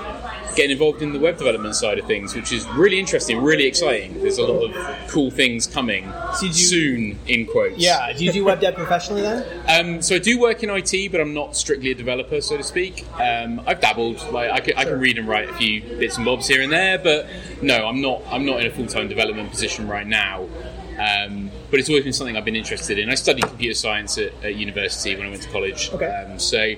getting involved in the web development side of things, which is really interesting, really exciting. There's a lot of cool things coming
So you-
soon, in quotes.
Yeah. Do you do web dev professionally then?
Um, so I do work in IT, but I'm not strictly a developer, so to speak. Um, I've dabbled, like I can, I can read and write a few bits and bobs here and there, but no, I'm not. I'm not in a full-time development position right now. Um, but it's always been something I've been interested in. I studied computer science at, at university when I went to college.
Okay.
Um, so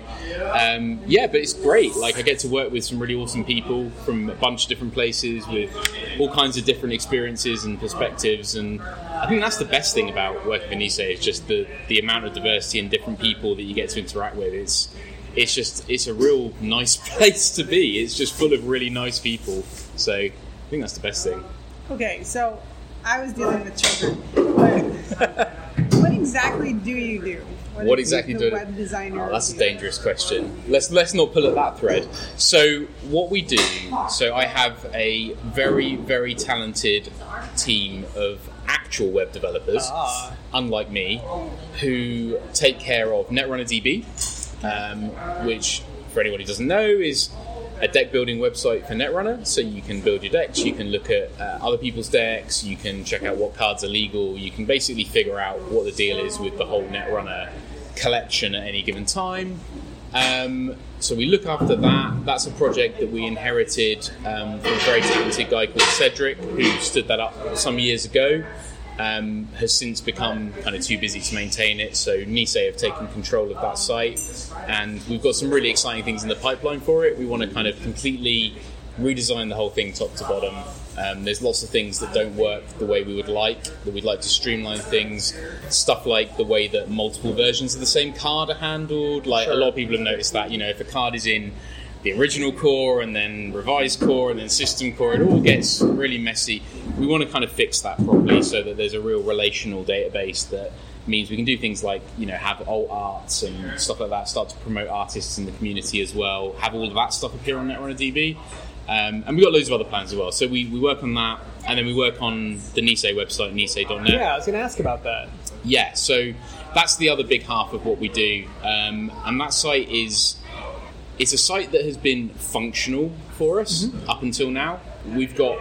um, yeah, but it's great. Like I get to work with some really awesome people from a bunch of different places with all kinds of different experiences and perspectives. And I think that's the best thing about working in Nisei is just the the amount of diversity and different people that you get to interact with. It's it's just it's a real nice place to be. It's just full of really nice people. So I think that's the best thing.
Okay, so I was dealing with children. But what exactly do you do?
What
is
exactly
the
do I do?
web designer?
Oh, that's a
do?
dangerous question. Let's let's not pull at that thread. So what we do? So I have a very very talented team of actual web developers,
Ah.
unlike me, who take care of Netrunner DB, um, which for anyone who doesn't know is a deck building website for Netrunner. So you can build your decks, you can look at uh, other people's decks, you can check out what cards are legal, you can basically figure out what the deal is with the whole Netrunner collection at any given time. Um, so we look after that. That's a project that we inherited um, from a very talented guy called Cedric, who stood that up some years ago. Um, has since become kind of too busy to maintain it, so Nisei have taken control of that site, and we've got some really exciting things in the pipeline for it. We want to kind of completely redesign the whole thing top to bottom. Um, there's lots of things that don't work the way we would like, that we'd like to streamline things. Stuff like the way that multiple versions of the same card are handled. Like a lot of people have noticed that, you know, if a card is in the original core and then revised core and then system core, it all gets really messy. We want to kind of fix that properly so that there's a real relational database that means we can do things like you know have alt arts and stuff like that start to promote artists in the community as well have all of that stuff appear on netrunner db um, and we've got loads of other plans as well so we, we work on that and then we work on the nisei website nisei.net
Yeah, I was going to ask about that.
yeah, so that's the other big half of what we do, um, and that site is it's a site that has been functional for us
Mm-hmm.
up until now. We've got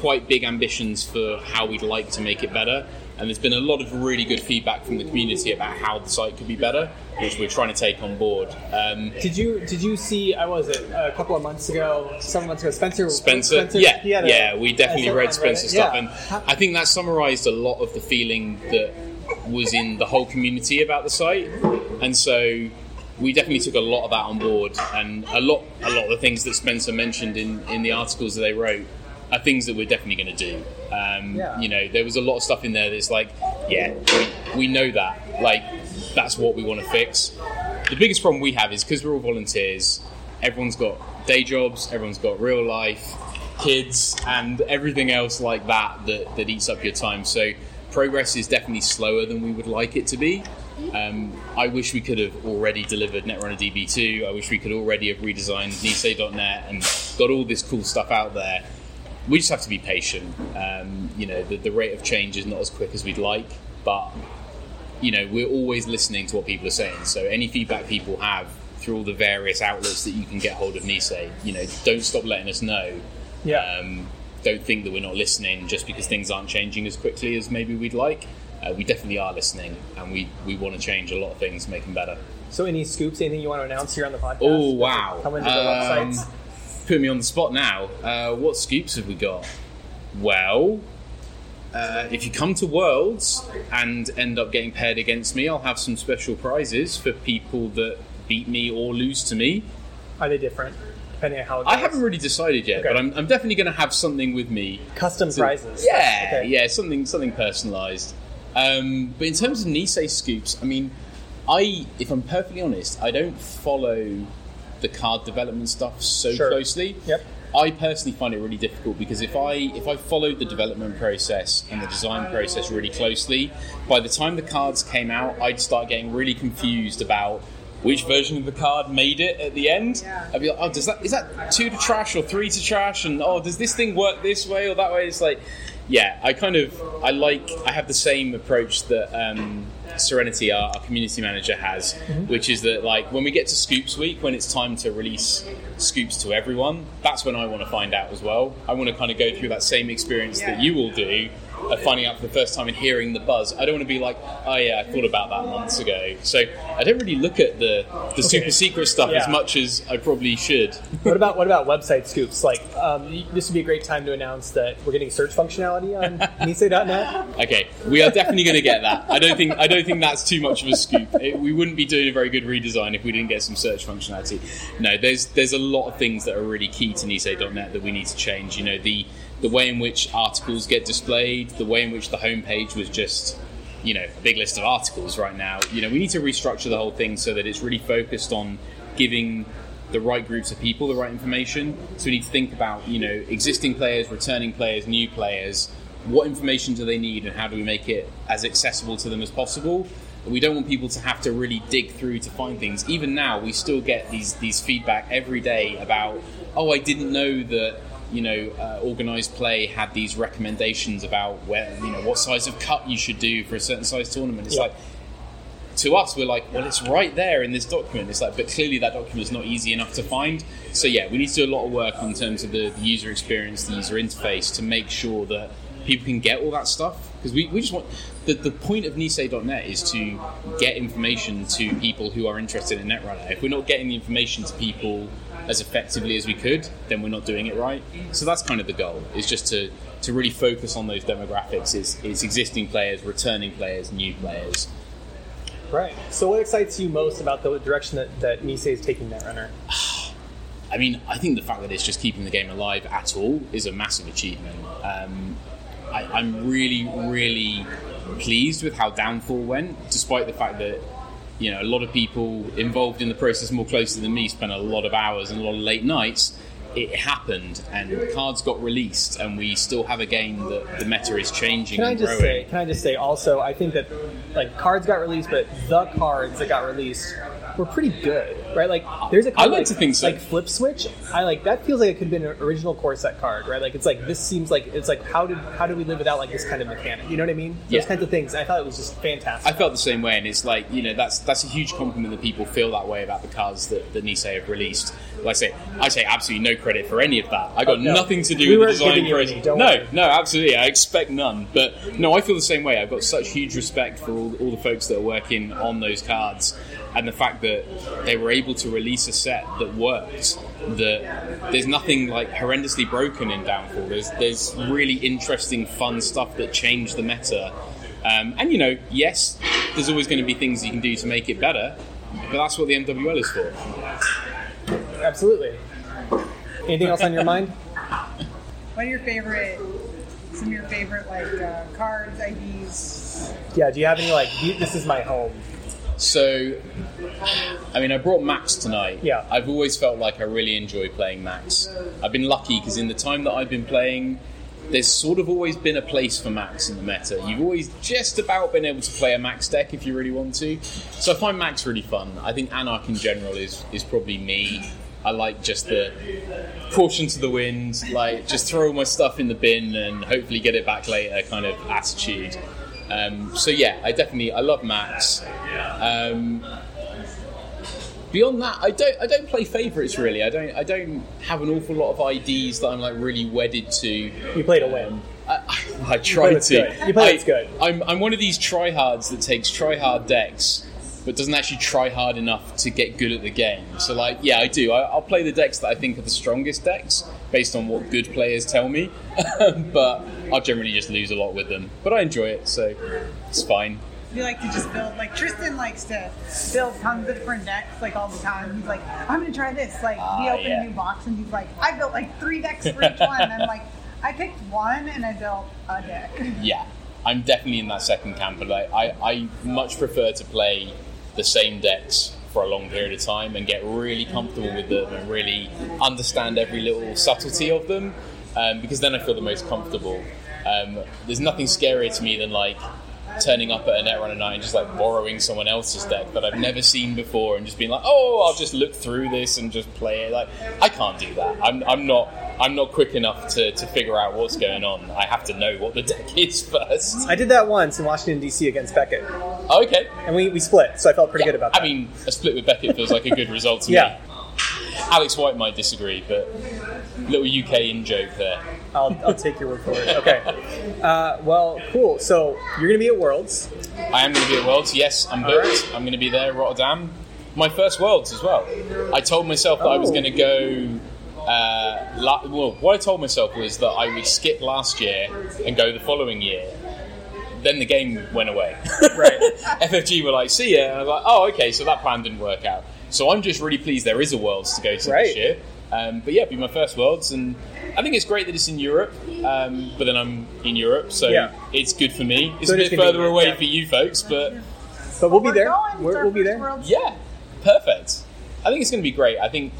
quite big ambitions for how we'd like to make it better, and there's been a lot of really good feedback from the community about how the site could be better, which we're trying to take on board. Um,
Did you did you see? I was it a couple of months ago, several months ago. Spencer.
Spencer, yeah,
he had a-
yeah, we definitely
a
read
segment on
Spencer
Reddit.
stuff,
Yeah.
and I think that summarised a lot of the feeling that was in the whole community about the site, and so we definitely took a lot of that on board, and a lot, a lot of the things that Spencer mentioned in in the articles that they wrote are things that we're definitely going to do. Um,
Yeah.
You know, there was a lot of stuff in there that's like, yeah, we, we know that, like that's what we want to fix. The biggest problem we have is because we're all volunteers. Everyone's got day jobs. Everyone's got real life kids and everything else like that that, that eats up your time. So progress is definitely slower than we would like it to be. Um, I wish we could have already delivered Netrunner DB2. I wish we could already have redesigned Nisei.net and got all this cool stuff out there we just have to be patient. Um, you know, the, the rate of change is not as quick as we'd like, but you know, we're always listening to what people are saying. So any feedback people have through all the various outlets that you can get hold of Nisei, you know, don't stop letting us know.
Yeah.
Um, don't think that we're not listening just because things aren't changing as quickly as maybe we'd like. Uh, we definitely are listening, and we, we want to change a lot of things, make them better.
So, any scoops? Anything you want to announce here on the podcast?
Oh wow!
Come into the
Um,
websites.
Put me on the spot now. Uh, what scoops have we got? Well, uh, if you come to Worlds and end up getting paired against me, I'll have some special prizes for people that beat me or lose to me.
Are they different depending on how? It goes?
I haven't really decided yet,
Okay.
but I'm, I'm definitely going to have something with me
custom
to-
prizes.
Yeah,
Okay.
yeah, something something personalised. Um, but in terms of Nisei scoops, I mean, I if I'm perfectly honest, I don't follow the card development stuff so
Sure.
closely.
Yep.
I personally find it really difficult because if I if I followed the development process and the design process really closely, by the time the cards came out, I'd start getting really confused about which version of the card made it at the end. I'd be like, oh, does that is that two to trash or three to trash? And oh, does this thing work this way or that way? It's like, yeah, I kind of I like I have the same approach that. Um, Serenity, our, our community manager, has, which is that like when we get to Scoops Week, when it's time to release scoops to everyone, that's when I want to find out as well. I want to kind of go through that same experience that you all do of finding out for the first time and hearing the buzz. I don't want to be like, oh yeah, I thought about that months ago. So I don't really look at the the super secret stuff as
Yeah.
much as I probably should.
what about what about website scoops? Like, um, this would be a great time to announce that we're getting search functionality on Nisei.net.
Okay, we are definitely going to get that. I don't think I don't think that's too much of a scoop. It, we wouldn't be doing a very good redesign if we didn't get some search functionality. No, there's there's a lot of things that are really key to Nisei.net that we need to change. You know, the the way in which articles get displayed, the way in which the homepage was just you know a big list of articles right now. You know, we need to restructure the whole thing so that it's really focused on giving the right groups of people the right information. So we need to think about, you know, existing players, returning players, new players. What information do they need, and how do we make it as accessible to them as possible? We don't want people to have to really dig through to find things. Even now, we still get these these feedback every day about, oh, I didn't know that. You know, uh, organized play had these recommendations about where, you know, what size of cut you should do for a certain size tournament. It's
Yeah.
like, to us, we're like, well, it's right there in this document. It's like, but clearly that document is not easy enough to find. So yeah, we need to do a lot of work in terms of the, the user experience, the user interface, to make sure that people can get all that stuff. Because we, we just want the, the point of Nisei.net is to get information to people who are interested in Netrunner. If we're not getting the information to people as effectively as we could, then we're not doing it right. So that's kind of the goal. Is just to to really focus on those demographics. It's, it's existing players, returning players, new players.
Right. So, what excites you most about the direction that, that Nisei is taking Netrunner?
I mean, I think the fact that it's just keeping the game alive at all is a massive achievement. Um, I, I'm really, really pleased with how Downfall went, despite the fact that you know a lot of people involved in the process more closely than me spent a lot of hours and a lot of late nights. It happened, and cards got released, and we still have a game that the meta is changing
Can I
and
just
growing.
say? Can I just say? Also, I think that like cards got released, but the cards that got released were pretty good, right? Like, there's a card
I like to think so.
like Flip Switch. I like that feels like it could have been an original core set card, right? Like, it's like this seems like it's like how did how do we live without like this kind of mechanic? You know what I mean? Those
Yeah.
kinds of things. I thought it was just
I
fantastic.
felt the same way, and it's like you know that's that's a huge compliment that people feel that way about the cards that, that Nisei have released. Like I say, I say absolutely no credit for any of that. I got
Oh, no.
nothing to do
We
with the
weren't
design
giving you
process.
any, don't
no,
worry.
no, absolutely, I expect none. But no, I feel the same way. I've got such huge respect for all, all the folks that are working on those cards, and the fact that they were able to release a set that worked. That there's nothing like horrendously broken in Downfall. There's there's really interesting, fun stuff that changed the meta. Um, and you know, yes, there's always going to be things you can do to make it better, but that's what the MWL is for.
Absolutely. Anything else on your mind?
What are your favorite? Some of your favorite like uh, cards, IDs.
Yeah. Do you have any like? you- This is my home.
So, I mean, I brought Max tonight.
Yeah.
I've always felt like I really enjoy playing Max. I've been lucky because in the time that I've been playing, there's sort of always been a place for Max in the meta. You've always just about been able to play a Max deck if you really want to. So I find Max really fun. I think Anarch in general is is probably me. I like just the caution to the wind, like just throw all my stuff in the bin and hopefully get it back later kind of attitude. Um, so yeah, I definitely I love Max. Um, beyond that, I don't I don't play favourites really. I don't I don't have an awful lot of IDs that I'm like really wedded to.
You played a win.
Um, I, I, I try
it's
to.
good. You play
I-
it's good.
I'm, I'm one of these tryhards that takes tryhard decks, but doesn't actually try hard enough to get good at the game. So, like, yeah, I do. I, I'll play the decks that I think are the strongest decks based on what good players tell me, but I'll generally just lose a lot with them. But I enjoy it, so it's fine.
You like to just build like Tristan likes to build tons of different decks like all the time. He's like, I'm gonna try this. Like we
Ah,
open
yeah.
a new box and he's like, I built like three decks for each one. And I'm like, I picked one and I built a deck.
yeah, I'm definitely in that second camp. But like, I, I much prefer to play the same decks for a long period of time and get really comfortable with them and really understand every little subtlety of them um, because then I feel the most comfortable. Um, there's nothing scarier to me than like turning up at a netrunner night and just like borrowing someone else's deck that I've never seen before and just being like, oh, I'll just look through this and just play it. Like, I can't do that. I'm, I'm not I'm not quick enough to, to figure out what's going on. I have to know what the deck is first.
I did that once in Washington D.C. against Beckett,
Okay.
and we, we split, so I felt pretty good about that.
I mean, a split with Beckett feels like a good result to
Yeah.
me. Alex White might disagree, but little UK in joke there.
I'll, I'll take your word for it. Okay. Uh, well, cool. So you're gonna be at Worlds.
I am going to be at Worlds. Yes, I'm booked. I'm going to be there, Rotterdam. My first Worlds as well. I told myself that I was
Oh.
going to go. Uh, la- well, what I told myself was that I would skip last year and go the following year. Then the game went away.
Right.
FFG were like, "See ya," and I was like, "Oh, okay." So that plan didn't work out. So I'm just really pleased there is a Worlds to go to
Right.
this year. Um, but yeah, it'll be my first Worlds, and I think it's great that it's in Europe. Um, but then I'm in Europe, so
Yeah.
it's good for me. It's
So
a
it is
bit
convenient,
further away
yeah.
for you folks, but
But we'll be
We're
there.
going. It's
We're,
our
we'll be
first
there.
World
yeah, perfect. I think it's going to be great. I think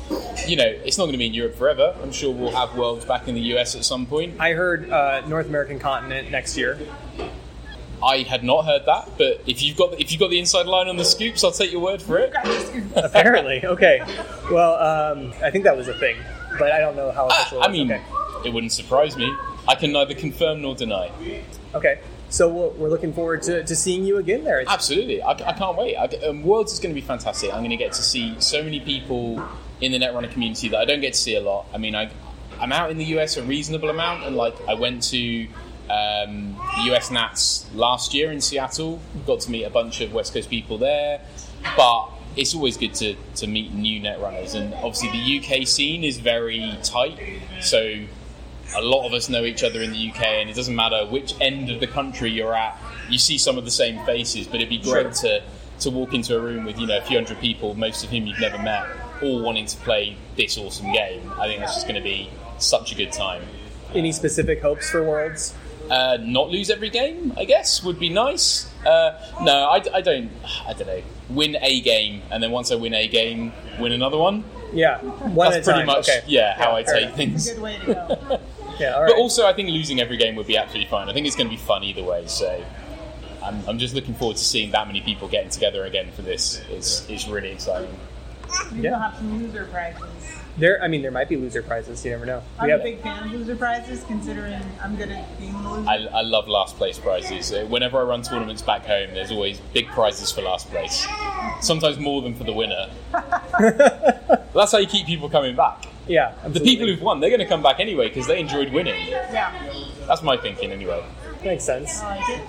you know it's not going to be in Europe forever. I'm sure we'll have Worlds back in the US at some point.
I heard uh, North American continent next year.
I had not heard that, but if you've got if you've got the inside line on the scoops, I'll take your word for it.
Apparently. Okay. Well, um, I think that was a thing, but Uh, I don't know how
Ah,
official. it
I
was.
mean,
Okay.
it wouldn't surprise me. I can neither confirm nor deny.
Okay. So we'll, we're looking forward to, to seeing you again there. It's-
Absolutely, I, I can't wait. I, um, Worlds is going to be fantastic. I'm going to get to see so many people in the Netrunner community that I don't get to see a lot. I mean, I, I'm out in the US a reasonable amount, and like I went to um, the US Nats last year in Seattle, got to meet a bunch of West Coast people there, but. It's always good to, to meet new netrunners, and obviously the UK scene is very tight. So a lot of us know each other in the UK, and it doesn't matter which end of the country you're at, you see some of the same faces. But it'd be great to to walk into a room with you know a few hundred people, most of whom you've never met, all wanting to play this awesome game. I think that's just going to be such a good time.
Any specific hopes for Worlds?
Uh, not lose every game, I guess, would be nice. Uh, no, I, I don't. I don't know. Win a game, and then once I win a game, win another one.
Yeah. One at a
That's pretty
time.
much
Okay.
yeah how I
fair
take
enough.
things.
Good way to go.
Yeah. All right.
But also, I think losing every game would be absolutely fine. I think it's going to be fun either way. So I'm, I'm just looking forward to seeing that many people getting together again for this. It's, it's really exciting.
Maybe
Yeah.
we'll have some loser prizes.
there. I mean, there might be loser prizes. You never know.
I'm
We have-
a big fan of loser prizes, considering I'm good at being a loser.
I, I love last place prizes. Uh, Whenever I run tournaments back home, there's always big prizes for last place. Sometimes more than for the winner. That's how you keep people coming back.
yeah.
The
absolutely.
people who've won, they're going to come back anyway because they enjoyed winning.
yeah,
That's my thinking anyway.
Makes sense.
I like it.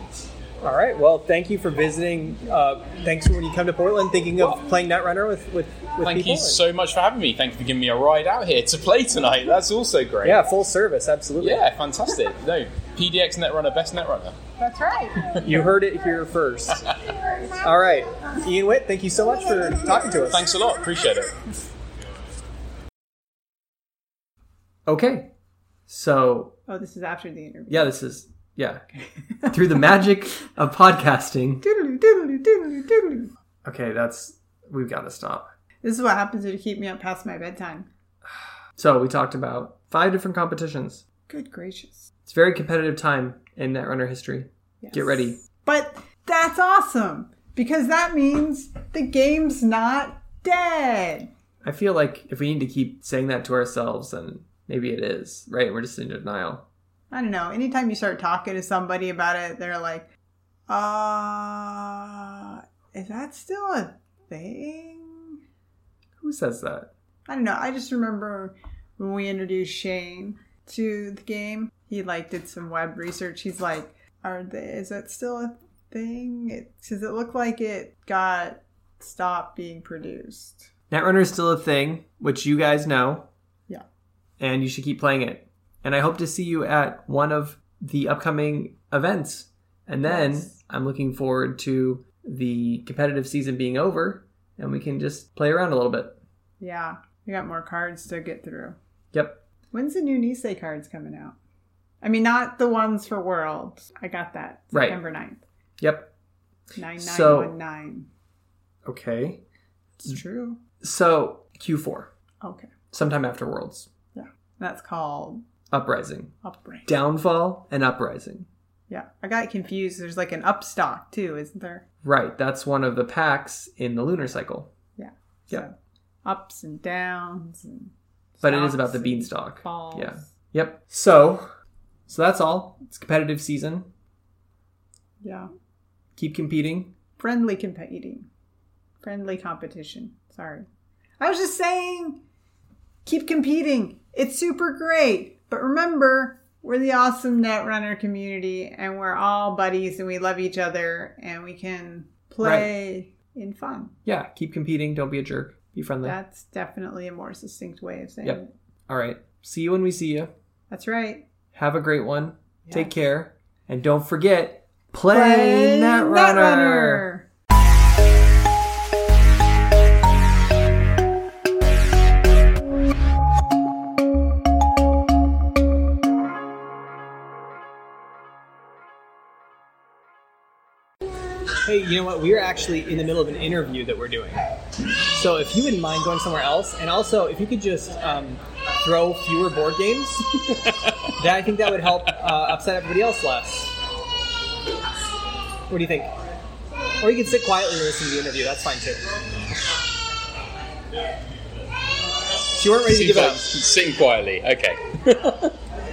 All right. Well, thank you for visiting. Uh, thanks for when you come to Portland, thinking of playing Netrunner with with, with
Thank
people.
you so much for having me. Thank you for giving me a ride out here to play tonight. That's also great.
yeah, full service. Absolutely.
Yeah, fantastic. No, PDX Netrunner, best Netrunner.
That's right.
You heard it here first. All right, Ian Witt. Thank you so much for talking to us.
Thanks a lot. Appreciate it.
Okay. So,
Oh, this is after the interview.
yeah, this is, yeah. Through the magic of podcasting.
Doodly, doodly, doodly, doodly.
Okay, that's, we've got to stop.
This is what happens if you keep me up past my bedtime.
So, we talked about five different competitions.
Good gracious.
It's a very competitive time in Netrunner history.
Yes.
Get ready.
But that's awesome because that means the game's not dead.
I feel like if we need to keep saying that to ourselves, then maybe it is, right? We're just in denial.
I don't know. Anytime you start talking to somebody about it, they're like, uh, is that still a thing?
Who says that?
I don't know. I just remember when we introduced Shane to the game, he like did some web research. He's like, "Are they? Is that still a thing? It, does it look like it got stopped being produced?"
Netrunner is still a thing, which you guys know.
Yeah.
And you should keep playing it. And I hope to see you at one of the upcoming events. And then
Yes.
I'm looking forward to the competitive season being over and we can just play around a little bit.
Yeah, we got more cards to get through.
Yep.
When's the new Nisei cards coming out? I mean, not the ones for World. I got that
Right.
September 9th,
Yep.
nine nine
So-
one nine.
Okay.
It's true.
So Q4,
Okay,
sometime after Worlds,
that's called
Uprising,
Upbring.
Downfall, and Uprising.
Yeah, I got confused. There's like an upstock too, isn't there?
Right. That's one of the packs in the lunar cycle. Yeah.
So, ups and downs. And
But it is about
stocks
the
and
beanstalk.
Balls.
Yeah. Yep. So, so that's all. It's competitive season.
Yeah.
Keep competing.
Friendly competing. Friendly competition. Sorry. I was just saying, keep competing. It's super great. But remember, we're the awesome Netrunner community and we're all buddies and we love each other and we can play in fun.
Yeah, keep competing. Don't be a jerk. Be friendly.
That's definitely a more succinct way of saying
Yep.
it.
all right. See you when we see you.
That's right.
Have a great one. Take
Yes.
care. And don't forget, play,
Play
Netrunner.
Netrunner.
Hey, you know what? We're actually in the middle of an interview that we're doing. So if you wouldn't mind going somewhere else, and also if you could just um, throw fewer board games, that I think that would help uh, upset everybody else less. What do you think? Or you can sit quietly and listen to the interview. That's fine too. She weren't ready to
Seems
give
like
up.
sing quietly. Okay.